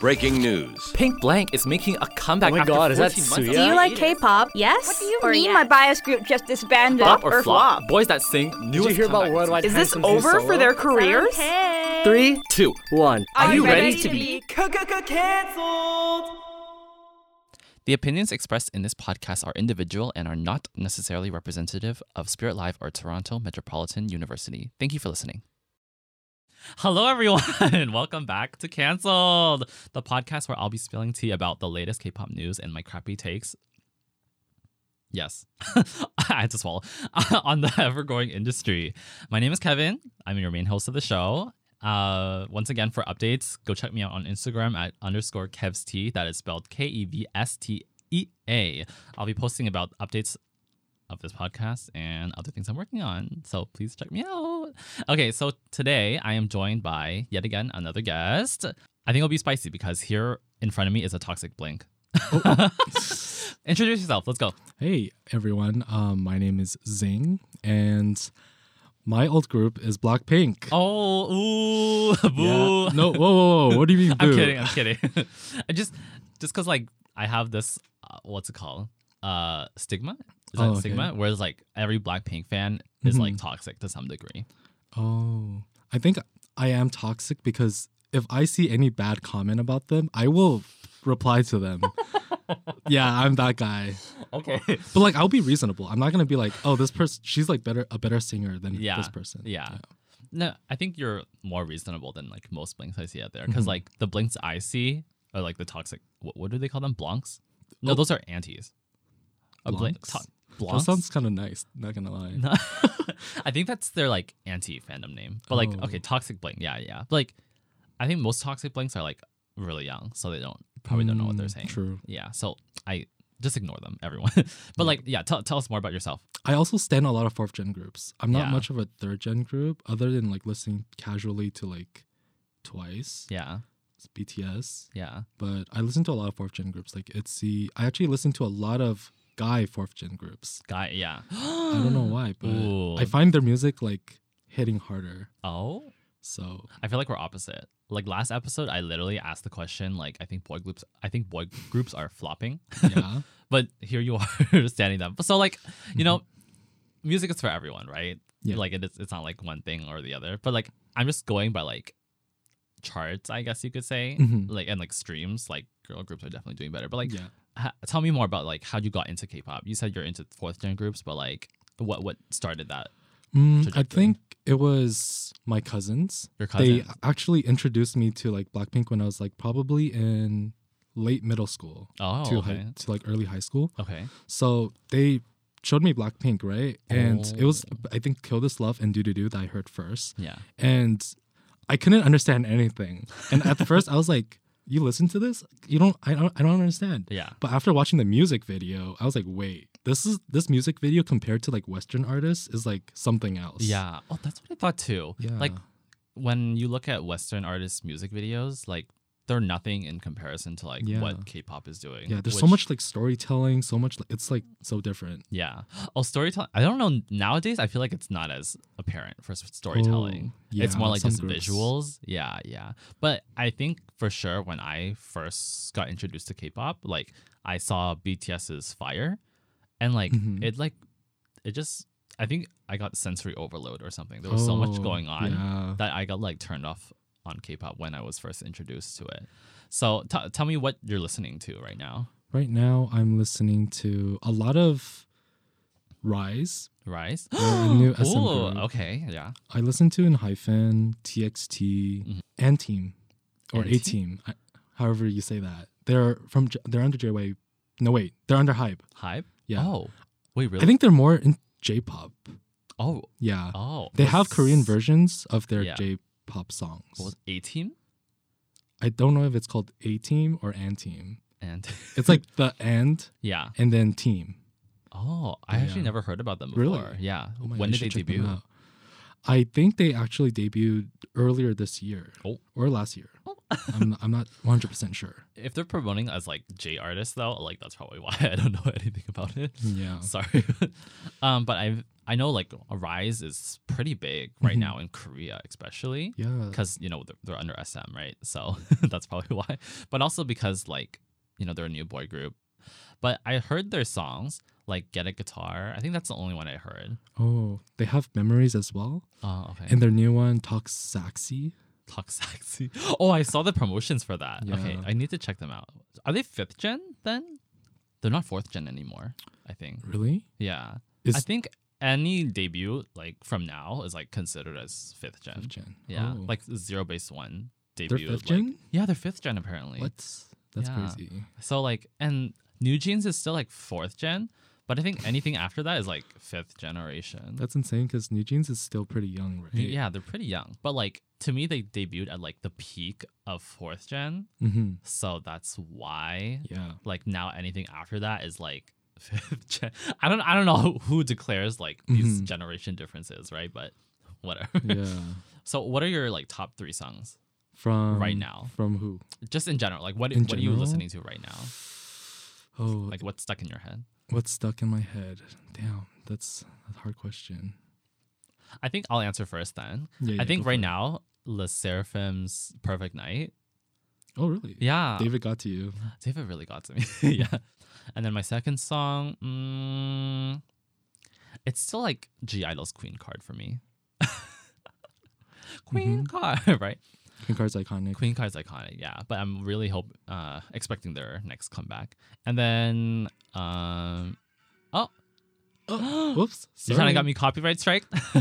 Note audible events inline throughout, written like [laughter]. breaking news. Pink Blank is making a comeback. Oh my after God, is that 14 months. Suya? Do Yeah, you like It is. K-pop? Yes. What do you or mean yes? my bias group just disbanded Pop or, or flop? flop? Boys that sing Did newest you hear about comeback. worldwide? Is this Handsom's new over for solo? their careers? Okay. Three, Two. one. Are you ready ready to to be The opinions expressed in this podcast are individual and are not necessarily representative of Spirit Live or Toronto Metropolitan University. Thank you for listening. Hello, everyone. [laughs] Welcome back to Cancelled, the podcast where I'll be spilling tea about the latest K pop news and my crappy takes. Yes, [laughs] I had to swallow [laughs] on the ever growing industry. My name is Kevin. I'm your main host of the show. Uh, once again, for updates, go check me out on Instagram at underscore Kev's Tea. That is spelled K E V S T E A. I'll be posting about updates of this podcast and other things I'm working on. So please check me out. Okay, so today I am joined by yet again another guest. I think it'll be spicy because here in front of me is a toxic blink. Oh, [laughs] Introduce yourself. Let's go. Hey everyone, um, my name is Zing, and my old group is Blackpink. Oh, ooh, boo. Yeah. No, whoa, whoa, whoa! What do you mean? [laughs] I'm boo? kidding. [laughs] I'm kidding. I just just because like I have this uh, what's it called uh stigma. Is that Oh, okay. Mm-hmm. stigma? Where it's like every Blackpink fan is like toxic to some degree. Oh, I think I am toxic because if I see any bad comment about them, I will reply [laughs] to them. yeah, I'm that guy. Okay. But like, I'll be reasonable. I'm not gonna be like, oh, this person, she's like better, a better singer than Yeah. this person. Yeah. No, I think you're more reasonable than like most blinks I see out there. Because Mm-hmm. like the blinks I see are like the toxic. What, what do they call them? Blonks? No, those are antis. A blink. Blonks? To- That blonks? sounds kind of nice. Not gonna lie. [laughs] No. I think that's their like anti fandom name. But like, Oh. okay, toxic blink. Yeah, yeah. But, like, I think most toxic blinks are like really young, so they don't probably don't know what they're Mm, saying. True. Yeah. So I just ignore them, everyone. [laughs] but like, yeah, tell tell us more about yourself. I also stand a lot of fourth gen groups. I'm not Yeah. much of a third gen group, other than like listening casually to like Twice, Yeah. BTS. Yeah. But I listen to a lot of fourth gen groups. Like it's the I actually listen to a lot of guy fourth gen groups. Guy. Yeah. I don't know why, but Hmm. Ooh. I find their music like hitting harder. [gasps] Oh, [laughs] So I feel like we're opposite. Like last episode, I literally asked the question. Like, I think boy groups. I think boy groups are flopping. [laughs] yeah, but here you [laughs] are standing them. So like, you know, music is for everyone, right? Mm-hmm. Yeah. Like it is, it's not like one thing or the other. But like I'm just going by like charts, I guess you could say. Mhm. Like and like streams, like girl groups are definitely doing better. But like yeah. ha- tell me more about like how you got into K-pop. You said you're into fourth gen groups, but like what what started that? Mm, I trajectory. think it was my cousins. Your They cousins? actually introduced me to like Blackpink when I was like probably in late middle school Oh, to okay. high, to like early high school. Okay. So they showed me Blackpink, right? And it was Oh. I think Kill This Love and Do Do Do that I heard first. Yeah. And I couldn't understand anything. And [laughs] at first I was like, You listen to this? You don't I don't I don't understand. Yeah. But after watching the music video, I was like, wait, this is this music video compared to like Western artists is like something else. Yeah. Oh, that's what I thought too. Yeah. Like when you look at Western artists' music videos, like they're nothing in comparison to like Yeah. what K-pop is doing. Yeah, there's so which- much like storytelling, so much like, it's like so different. Yeah. Oh, storytelling. I don't know. Nowadays, I feel like it's not as apparent for s- storytelling. Oh, yeah, it's more like some just groups. visuals. Yeah, yeah. But I think for sure when I first got introduced to K-pop, like I saw BTS's Fire, and like Mhm. it like it just I think I got sensory overload or something. There was so much Oh, going on yeah. that I got like turned off on K-pop when I was first introduced to it. So t- tell me what you're listening to right now. Right now I'm listening to a lot of Rise. Rise. a new SM Ooh, group. okay, yeah. I listen to in hyphen TXT and Team or Mm-hmm. And A Team, I- however you say that. They're from J- they're under JWay. No wait, they're under Hype. Hype? Yeah. Oh, wait, really? I think they're more in J-pop. Oh, Yeah, oh. they have Korean version. versions of their Yeah. J-pop songs. was A Team? I don't know if it's called A Team or An Team. And It's like the and [laughs] yeah. and then team. Oh, I actually never heard about them Really? before. Yeah. Oh my when God, did you they should check them debut? out. I think they actually debuted earlier this year Oh. or last year. I'm, I'm not 100% sure. If they're promoting as like J [laughs] artists though, like that's probably why I don't know anything about it. Yeah. Sorry. [laughs] um, but I've I know like a rise is pretty big right Mhm. now in Korea, especially Yeah. because you know they're, they're under SM, right? So [laughs] that's probably why. But also because like you know they're a new boy group. But I heard their songs like "Get a Guitar." I think that's the only one I heard. Oh, they have memories as well. Oh, okay. Uh, And their new one, Talk Saxy. Talk sexy. Oh, I saw the promotions for that. Okay, Yeah. I need to check them out. Are they fifth gen then? They're not fourth gen anymore. I think. Really? Yeah, I Is- think any debut like from now is like considered as fifth gen. Fifth gen. Yeah, Oh. like zero base one they're debut. is, fifth like- gen? yeah, they're fifth gen apparently. What? That's Yeah. crazy. So like, and New Jeans is still like fourth gen, but I think anything after that is like fifth generation. That's insane because New Jeans is still pretty young, right? yeah, they're pretty young, but like to me, they debuted at like the peak of fourth gen, hmm so that's why Yeah. [laughs] like now anything after that is like [laughs] fifth gen. I don't I don't know [laughs] who declares like these Mhm. generation differences, right? But whatever. Yeah. [laughs] So what are your like top three songs From Right now. From who? just in general? Like what In what are you general? listening to right now? Oh, Like what's stuck in your head? what's stuck in my head? Damn, that's a hard question. I think I'll answer first then. Yeah, I yeah, think go right for it. now Le Seraphim's Perfect Night. Oh, really? Yeah. David, David got to you. really got to me. [laughs] yeah. And then my second song, mm, it's still like G Idol's Queen card for me. [laughs] Queen Mm-hmm. card, [laughs] right? Queen Card's iconic. [gasps] Queen Card's iconic, yeah. But I'm really hope uh expecting their next comeback. And then um oh Oh, whoops. you trying to sorry. got me copyright strike? [laughs]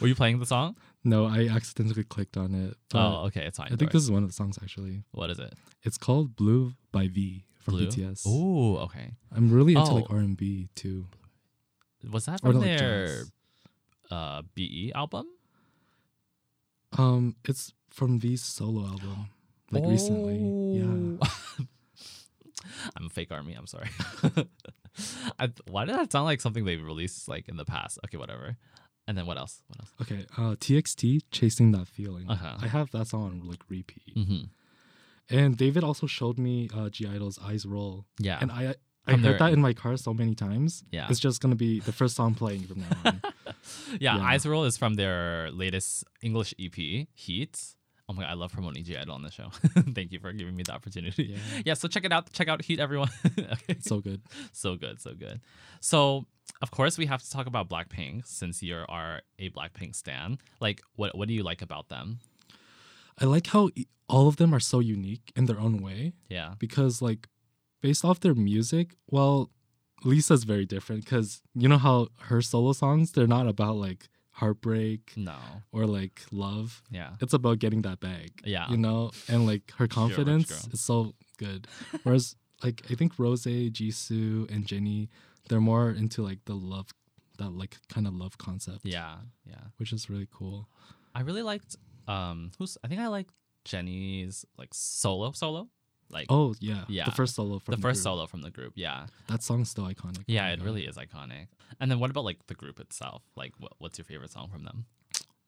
Were you playing the song? No, I accidentally clicked on it. but oh, okay, it's fine. Uh, I think this is one of the songs actually. what is it? It's called Blue by V from Blue. BTS. Oh, okay. I'm really into like Oh. R and B too. Was that from Or not like their jazz. uh BE album? Um, it's from V's solo album, like recently. Yeah. Oh. [laughs] I'm a fake army. I'm sorry. [laughs] I, why did that sound like something they released like in the past? Okay, whatever. And then what else? What else? Okay. Uh, TXT, chasing that feeling. Uh-huh. I have that song on like repeat. hmm And David also showed me uh, G Idol's Eyes Roll, Yeah. and I I From heard their- that in my car so many times. Yeah. It's just gonna be the first song playing from now [laughs] on. yeah, Yeah. Eyes Roll is from their latest English EP, Heat. Oh my god, I love promoting G Idol on the show. [laughs] Thank you for giving me the opportunity. [laughs] Yeah. Yeah. so check it out. Check out Heat, everyone. [laughs] okay. so good. So good, so good. So of course we have to talk about Blackpink since you're are a Blackpink stan. Like, what what do you like about them? I like how e- all of them are so unique in their own way Yeah. because like based off their music, well, Lisa's very different because you know how her solo songs they're not about like heartbreak No. or like love. Yeah. It's about getting that bag. Yeah. You know, and like Sure, her rich confidence girl. is so good. [laughs] Whereas like I think Rose, Jisoo, and Jenny, they're more into like the love that like kind of love concept. Yeah. Yeah. Which is really cool. I really liked um who's I think I liked Jenny's like solo solo. Like Oh yeah. Yeah. The first solo from the first group. solo from the group, yeah. That song's still iconic. Yeah, Oh my it God. really is iconic. And then what about like the group itself? Like, what, what's your favorite song from them?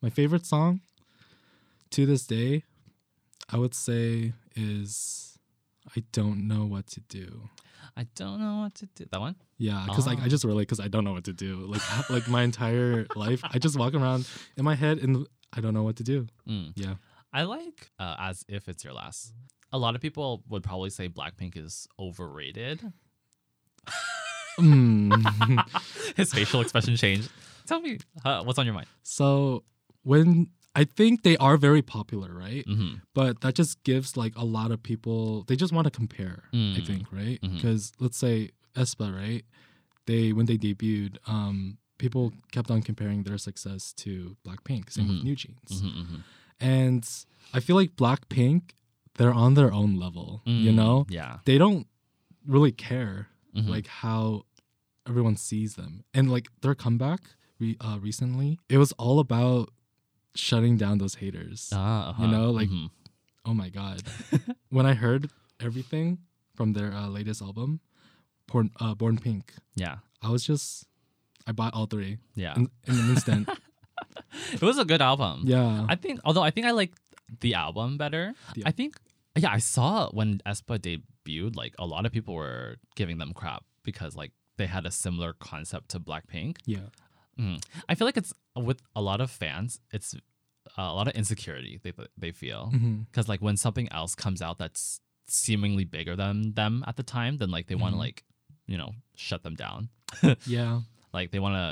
My favorite song to this day, I would say is I don't know what to do. I don't know what to do. That one? Yeah, because like Ah. I just relate because I don't know what to do. Like h- like my entire life, I just walk around in my head and I don't know what to do. Mm. Yeah. I like uh, As If It's Your Last. A lot of people would probably say Blackpink is overrated. [laughs] Mm. His facial expression changed. Tell me, uh, what's on your mind? so when I think they are very popular, right? hmm But that just gives like a lot of people they just want to compare. I Mm. think right Mhm. because let's say Espa, right? They when they debuted, um, people kept on comparing their success to Blackpink, same Mhm. with New Jeans, hmm hmm and I feel like Blackpink they're on their own level. You know, Mm, Yeah. they don't really care Mhm. like how everyone sees them and like their comeback re- uh, recently it was all about shutting down those haters Ah, uh-huh. you know, like- Mhm. oh my [laughs] god when i heard everything from their uh, latest album born, uh, born pink yeah, i was just i bought all three yeah. in, in an instant [laughs] It was a good album. yeah I think, although I think I like the album better. The- I think, yeah, I saw when Espa debuted, like a lot of people were giving them crap because like they had a similar concept to Blackpink. yeah Mhm. I feel like it's with a lot of fans, it's uh, a lot of insecurity they they feel Mhm. because like when something else comes out that's seemingly bigger than them at the time, then like they want to Mhm. like you know shut them down. Yeah. Like they want to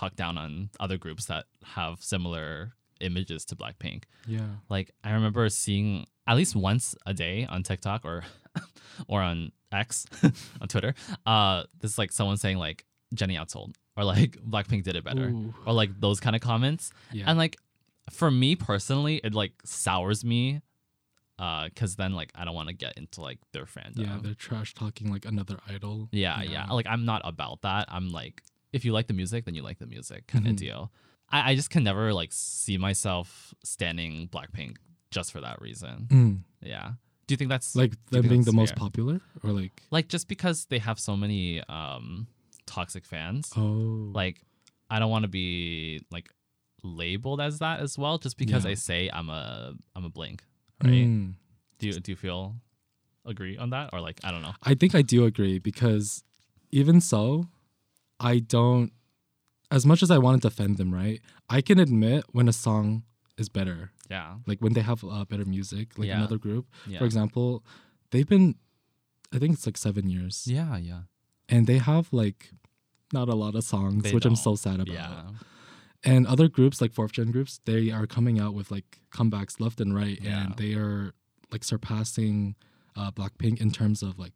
talk down on other groups that have similar images to Blackpink. Yeah. Like I remember seeing at least once a day on TikTok or [laughs] or on X [laughs] on Twitter, uh, this like someone saying like Jenny outsold or like [laughs] Blackpink did it better Ooh. or like those kind of comments. Yeah. And like for me personally, it like sours me uh cuz then like I don't want to get into like their fandom. yeah. They're trash talking like another idol. yeah, yeah, Like I'm not about that. I'm like if you like the music, then you like the music kind of Mhm. deal. I, I just can never like see myself standing Blackpink just for that reason. Mm. Yeah. Do you think that's like Like Do you them think being that's the most fair? popular, or like like just because they have so many um toxic fans? oh, Like I don't want to be like labeled as that as well just because Yeah. I say I'm a I'm a blink, right? Mm. Do you do you feel agree on that or like I don't know. I think I do agree because even so, I don't. As much as I want to defend them, right? I can admit when a song is better, Yeah. like when they have uh, better music, like Yeah. another group. Yeah. For example, they've been, I think it's like seven years, yeah, yeah. and they have like not a lot of songs, They which I'm so don't. sad about. Yeah. [laughs] And other groups like fourth gen groups, they are coming out with like comebacks left and right, Yeah. and they are like surpassing uh, Blackpink in terms of like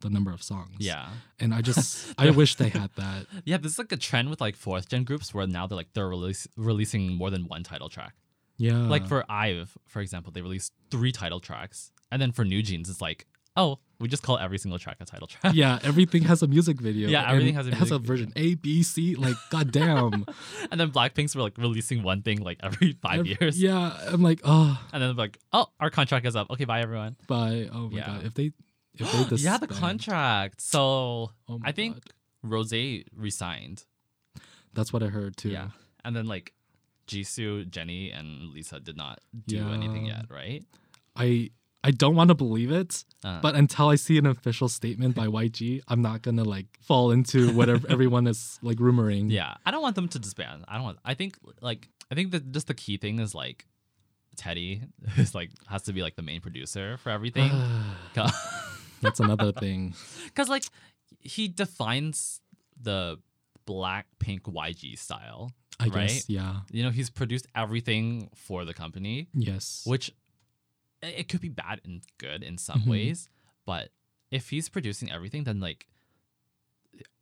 the number of songs. Yeah. and I [laughs] just I wish they had that. Yeah, this is like a trend with like fourth gen groups where now they're like they're release, releasing more than one title track. Yeah, like for IVE, for example, they released three title tracks, and then for New Jeans, it's like, oh, we just call every single track a title track. [laughs] yeah, everything has a music video. Yeah, and everything has a it has a music version A, B, C. Like goddamn, [laughs] and then Blackpink's were like releasing one thing like every [laughs] five Ev- years. Yeah, I'm like, oh, And then they're like, oh, our contract is up. Okay, bye everyone. bye. Oh my Yeah. god, if they, if they, [gasps] yeah, the disband- contract. So Oh my I think God. Rose resigned. that's what I heard too. Yeah. And then like Jisoo, Jenny, and Lisa did not do anything Yeah. yet, right? I I don't want to believe it, Uh, but until I see an official [laughs] statement by YG, I'm not gonna like fall into whatever everyone is like rumoring. Yeah, I don't want them to disband. I don't want. I think like I think that just the key thing is like Teddy [laughs] is like has to be like the main producer for everything [sighs] because that's another thing. like he defines the black pink YG style. I Right? guess. Yeah. You know, he's produced everything for the company, Yes. which i- it could be bad and good in some Mhm. ways, but if he's producing everything then like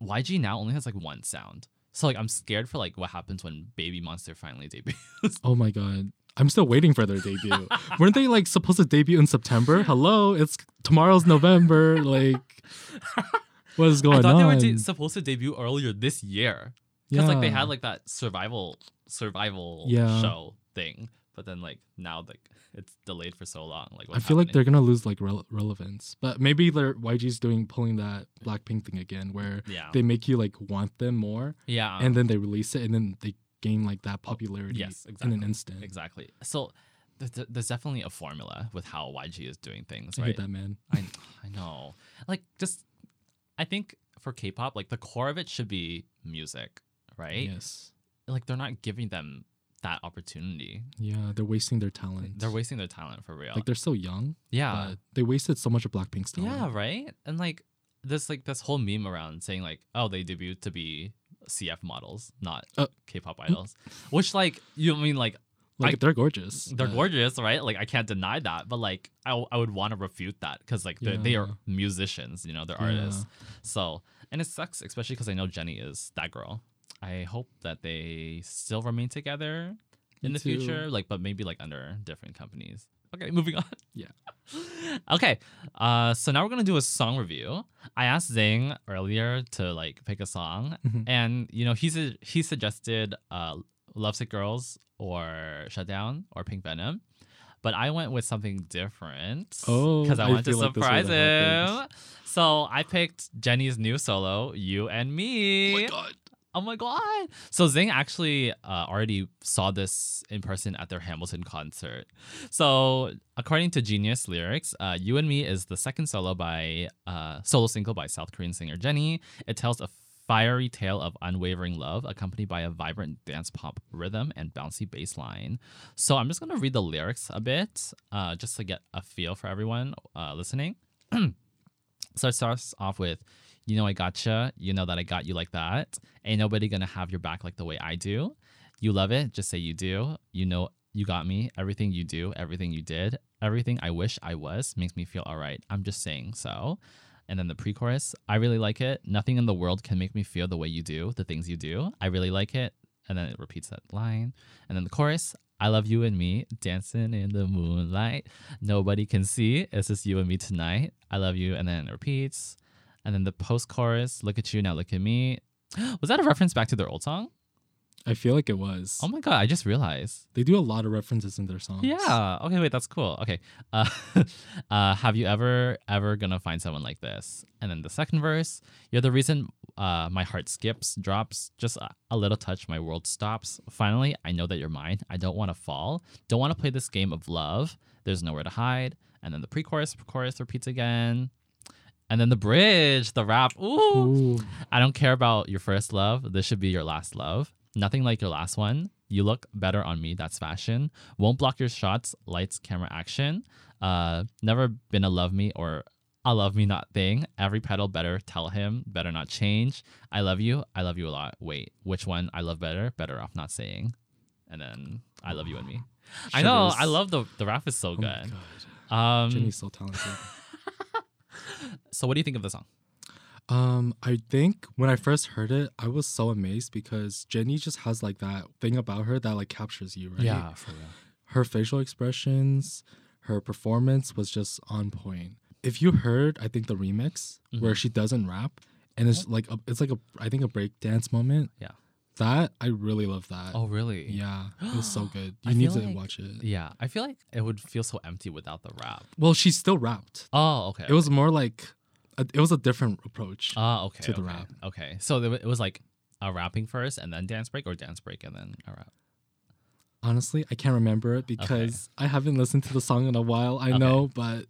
YG now only has like one sound. So like I'm scared for like what happens when Baby Monster finally [laughs] debuts. Oh my god. I'm still waiting for their [laughs] debut. Weren't they like supposed to debut in September? Hello, it's tomorrow's [laughs] November. Like what is going I thought on? they were de- supposed to debut earlier this year because like they Yeah. had like that survival survival Yeah. show thing, but then like now like it's delayed for so long. Like I feel like they're gonna lose like rele- relevance, but maybe their YG's doing pulling that Blackpink thing again, where they're yeah they make you like want them more, yeah and then they release it, and then they gain like that popularity Um, yes, in an exactly, instant. exactly. So th- th- there's definitely a formula with how YG is doing things, I right? hate that man. I, I know. Like just I think for K-pop, like the core of it should be music, right? Yes, Like they're not giving them that opportunity. yeah, they're wasting their talent. They're wasting their talent for real. like they're so young, yeah. but they wasted so much of Blackpink's talent. Yeah, right. And like this, like this whole meme around saying like, oh, they debut to be CF models, not Uh, K-pop idols, which like you know what I mean like like I- they're gorgeous. they're but- gorgeous, right? Like I can't deny that, but like I, w- I would want to refute that because like they're they are Yeah. musicians, you know, they're Yeah. artists. So and it sucks, especially because I know Jenny is that girl. I hope that they still remain together in the Me too. future, like but maybe like under different companies. Okay, [laughs] moving on. Yeah. okay. Uh, so now we're gonna do a song review. I asked Zing earlier to like pick a song, Mhm. and you know he su- he suggested uh, Lovesick Girls or Shutdown or Pink Venom, but I went with something different. Oh, because I I wanted to feel like this surprise would've him. happened. So I picked Jenny's new solo, "You and Me." Oh my god. Oh my god! So Zing actually uh, already saw this in person at their Hamilton concert. So according to Genius Lyrics, uh, "You and Me" is the second solo by uh, solo single by South Korean singer Jenny. It tells a fiery tale of unwavering love, accompanied by a vibrant dance pop rhythm and bouncy bass line. So I'm just gonna read the lyrics a bit, uh, just to get a feel for everyone uh, listening. [clears throat] so it starts off with, "You know I gotcha. You know that I got you like that. Ain't nobody gonna have your back like the way I do. You love it, just say you do. You know you got me. Everything you do, everything you did, everything I wish I was makes me feel alright. I'm just saying so." And then the pre chorus, I really like it. Nothing in the world can make me feel the way you do, the things you do. I really like it. And then it repeats that line. And then the chorus, I love you and me dancing in the moonlight. Nobody can see. It's just you and me tonight. I love you. And then it repeats. And then the post chorus, look at you, now look at me. [gasps] Was that a reference back to their old song? I feel like it was. Oh my God, I just realized. They do a lot of references in their songs. Yeah. Okay. Wait. That's cool. Okay. Uh, [laughs] uh, have you ever ever gonna find someone like this? And then the second verse, you're the reason uh, my heart skips, drops, just a, a little touch, my world stops. Finally, I know that you're mine. I don't want to fall. Don't want to play this game of love. There's nowhere to hide. And then the pre-chorus, chorus repeats again. And then the bridge, the rap. Ooh. Ooh. I don't care about your first love. This should be your last love. Nothing like your last one. You look better on me. That's fashion. Won't block your shots. Lights, camera, action. Uh, never been a love me or a love me not thing. Every pedal better tell him. Better not change. I love you. I love you a lot. Wait, which one I love better? Better off not saying. And then I love you and me. I know. Shivers. I love the the rap is so Oh my good. god. um, Jimmy's so talented. so what do you think of the song? Um, I think when I first heard it, I was so amazed because Jenny just has like that thing about her that like captures you, right? for real. Her facial expressions, her performance was just on point. If you heard, I think the remix Mm-hmm. where she doesn't rap and it's like a, it's like a I think a breakdance moment. Yeah. That I really love that. Oh really? [gasps] Yeah, it was so [gasps] good. I You need feel to like- watch it. Yeah, I feel like it would feel so empty without the rap. Well, she still rapped. Oh, okay. It was more like a, it was a different approach. ah, okay. to the okay, rap. Okay, so there, wa- it was like a rapping first and then dance break, or dance break and then a rap. Honestly, I can't remember it because I haven't listened to the song in a while. I know, but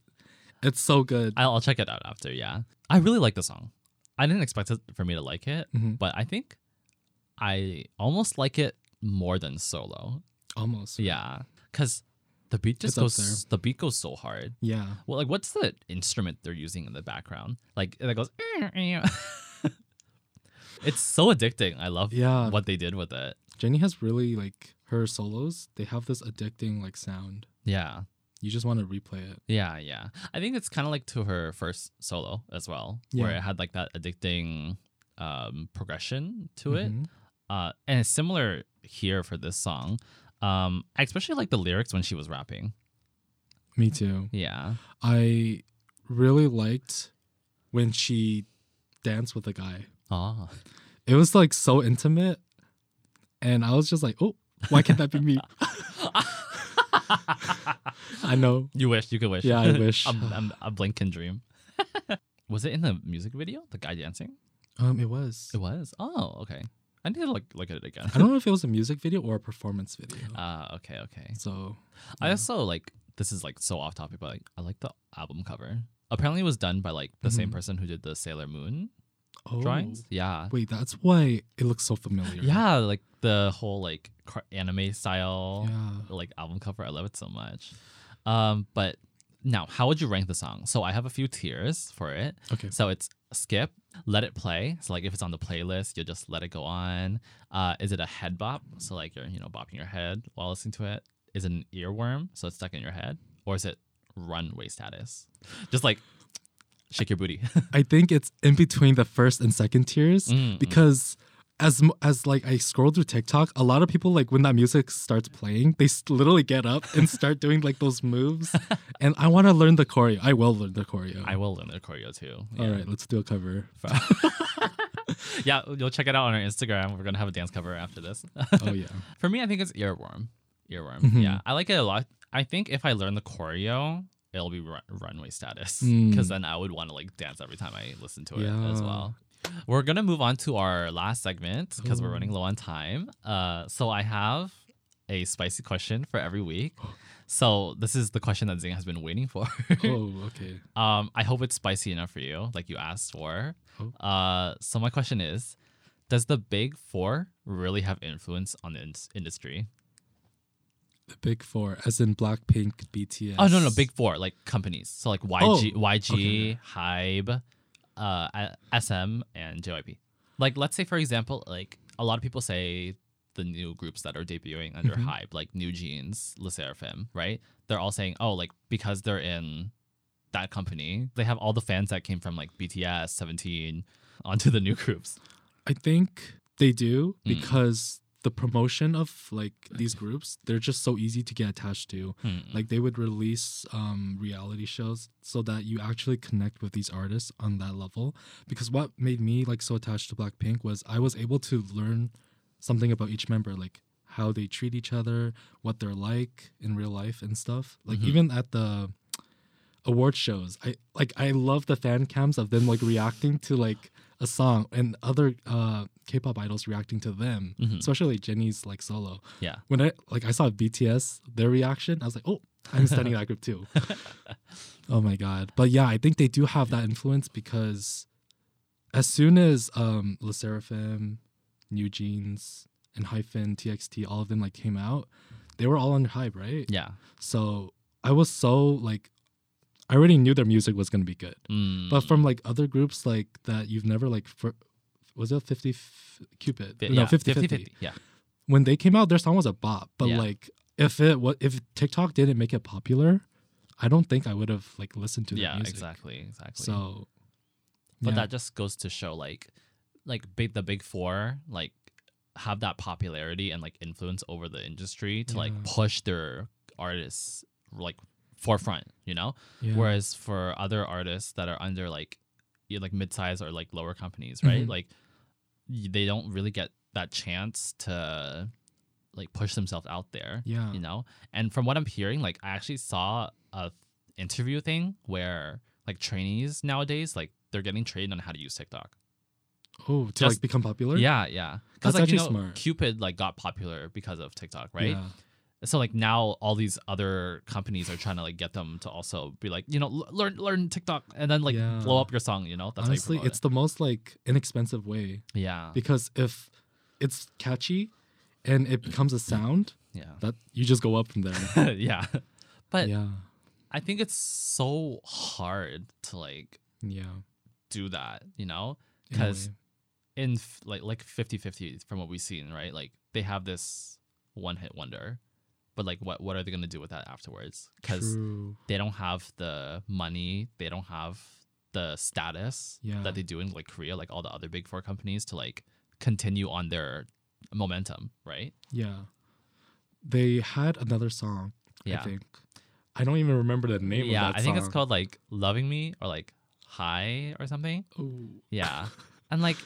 it's so good. I'll, I'll check it out after. Yeah, I really like the song. I didn't expect it for me to like it, Mhm. but I think I almost like it more than solo. Almost. Yeah, because the beat just It's up goes. The beat goes so hard. Yeah. Well, like, what's the instrument they're using in the background? Like, it goes. [laughs] it's so addicting. I love Yeah. what they did with it. Jenny has really like her solos, they have this addicting like sound. Yeah. You just want to replay it. Yeah, yeah. I think it's kind of like to her first solo as well, where Yeah. it had like that addicting um, progression to it. Mhm. Uh, and it's similar here for this song. Um, I especially like the lyrics when she was rapping. Mm-hmm. Me too. Yeah. I really liked when she danced with a guy. Oh. It was like so intimate. And I was just like, oh, why can't that [laughs] be me? I know. you wish, you could wish. Yeah, I wish. [laughs] a, a- a blinking dream. [laughs] was it in the music video? The guy dancing? Um, it was. It was. Oh, okay. I need to look look at it again. I don't know if it was a music video or a performance video. [laughs] Ah, okay, okay. So I also like this is like so off topic, but like I like the album cover. Apparently, it was done by like the same Mhm. person who did the Sailor Moon oh, drawings. Yeah, Wait, that's why it looks so familiar. yeah, like the whole like car- anime style Yeah. like album cover. I love it so much. Um, but now, how would you rank the song? So I have a few tiers for it. Okay. So it's skip, let it play. So like if it's on the playlist, you'll just let it go on. Uh, is it a head bop? So like you're you know bopping your head while listening to it. Is it an earworm? So it's stuck in your head, or is it runway status? Just like shake your booty. [laughs] I think it's in between the first and second tiers Mm, mm. because as m- as like I scroll through TikTok, a lot of people like when that music starts playing, they s- literally get up [laughs] and start doing like those moves. And I want to learn the choreo. I will learn the choreo. I will learn the choreo too. All right, let's do a [laughs] cover. yeah, you'll check it out on our Instagram. We're gonna have a dance cover after this. [laughs] Oh yeah. For me, I think it's earworm. Earworm. Mhm. Yeah, I like it a lot. I think if I learn the choreo, it'll be run- runway status Mm. because then I would want to like dance every time I listen to it as Yeah. well. We're gonna move on to our last segment because we're Ooh. running low on time. Uh, so I have a spicy question for every week. [gasps] So this is the question that Zing has been waiting for. Oh okay. Um, I hope it's spicy enough for you, like you asked for. Oh. Uh, so my question is, Does the big four really have influence on the in- industry? The big four, as in Blackpink, BTS. Oh no, no, big four like companies. So like YG, Oh, YG, okay. Hybe, uh, I- SM, and JYP. Like let's say for example, like a lot of people say the new groups that are debuting under Mm-hmm. Hybe, like New Jeans, Le Sserafim, right? They're all saying, oh, like because they're in that company, they have all the fans that came from like BTS, Seventeen, [laughs] onto the new groups. I think they do Mm. because the promotion of like these groups, they're just so easy to get attached to. Hmm. Like they would release um, reality shows so that you actually connect with these artists on that level. Because what made me like so attached to Blackpink was I was able to learn something about each member, like how they treat each other, what they're like in real life and stuff. Like Mhm. even at the award shows, I like I love the fan cams of them like reacting to like a song and other uh K-pop idols reacting to them, Mhm. especially Jennie's like solo. Yeah. When I like I saw BTS their reaction, I was like, "Oh, I'm studying that group too." oh my god. But yeah, I think they do have that influence because as soon as um Le Sserafim, New Jeans, and Hyphen, TXT, all of them like came out, they were all under hype, right? Yeah. So I was so like I already knew their music was going to be good. Mm. But from like other groups like that you've never like for, was it 50 f- Cupid? Fi- no, yeah, 50 50-50, 50. Yeah. When they came out their song was a bop, but Yeah. like if it was if TikTok didn't make it popular, I don't think I would have like listened to their Yeah, music. exactly. Exactly. So but yeah. that just goes to show like like big the big four like have that popularity and like influence over the industry to Yeah. like push their artists like forefront you know yeah. whereas for other artists that are under like you know, like mid-size or like lower companies right Mhm. like y- they don't really get that chance to like push themselves out there yeah. you know and from what i'm hearing like i actually saw a interview thing where like trainees nowadays like they're getting trained on how to use tiktok oh, to just- like become popular? yeah yeah because That's like you know actually smart. cupid like got popular because of tiktok right Yeah. so like now all these other companies are trying to like get them to also be like you know l- learn learn tiktok and then like Yeah. blow up your song you know that's Honestly, how you promote Uh-huh. it's the most like inexpensive way it. yeah because if it's catchy and it becomes a sound, yeah [laughs] that you just go up from there. yeah but yeah. i think it's so hard to like Yeah. do that you know in a 'Cause way. in f- like like 50-50 from what we've seen, right? Like they have this one hit wonder, but like what what are they gonna do with that afterwards? Because True. they don't have the money, they don't have the status Yeah. that they do in like Korea, like all the other big four companies to like continue on their momentum, right? Yeah. They had another song, Yeah, I think. I don't even remember the name yeah. of that I song. think it's called like "Loving Me" or like "High" or something. Ooh. Yeah. and like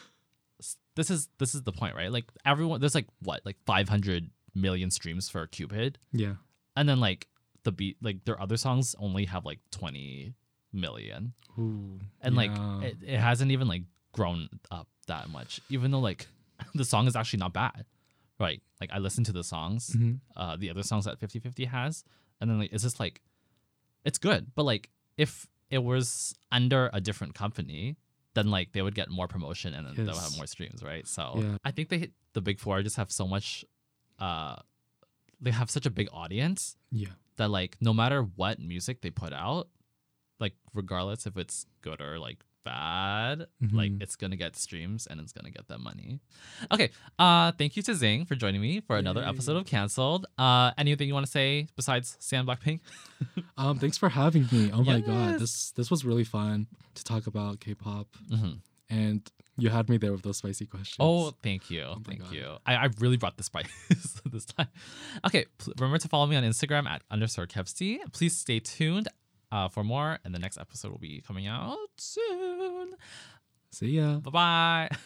s- this is this is the point, right? Like everyone there's like what? Like 500 million streams for Cupid. Yeah. And then like the beat like their other songs only have like 20 million. Ooh. And Yeah. like it, it hasn't even like grown up that much even though like [laughs] the song is actually not bad. Right? Like I listened to the songs, Mhm. uh the other songs that 50/50 has and then like it's just like it's good, but like if it was under a different company, then like they would get more promotion and then they'll have Yes. more streams, right? So Yeah. I think they hit the big four just have so much uh they have such a big audience Yeah. that like no matter what music they put out, like regardless if it's good or like bad, like Mhm. it's gonna get streams and it's gonna get them money. Okay. Uh thank you to Zing for joining me for another Yay. episode of Cancelled. Uh anything you wanna say besides Sam Blackpink? Um, thanks for having me. Oh my Yes. god. This this was really fun to talk about K pop Mhm. and you had me there with those spicy questions. Oh, thank you. my thank God. you. I, I really brought the spice [laughs] this time. Okay, pl- remember to follow me on Instagram at underscore Kepsi. Please stay tuned uh, for more, and the next episode will be coming out soon. see ya. [laughs] Bye bye.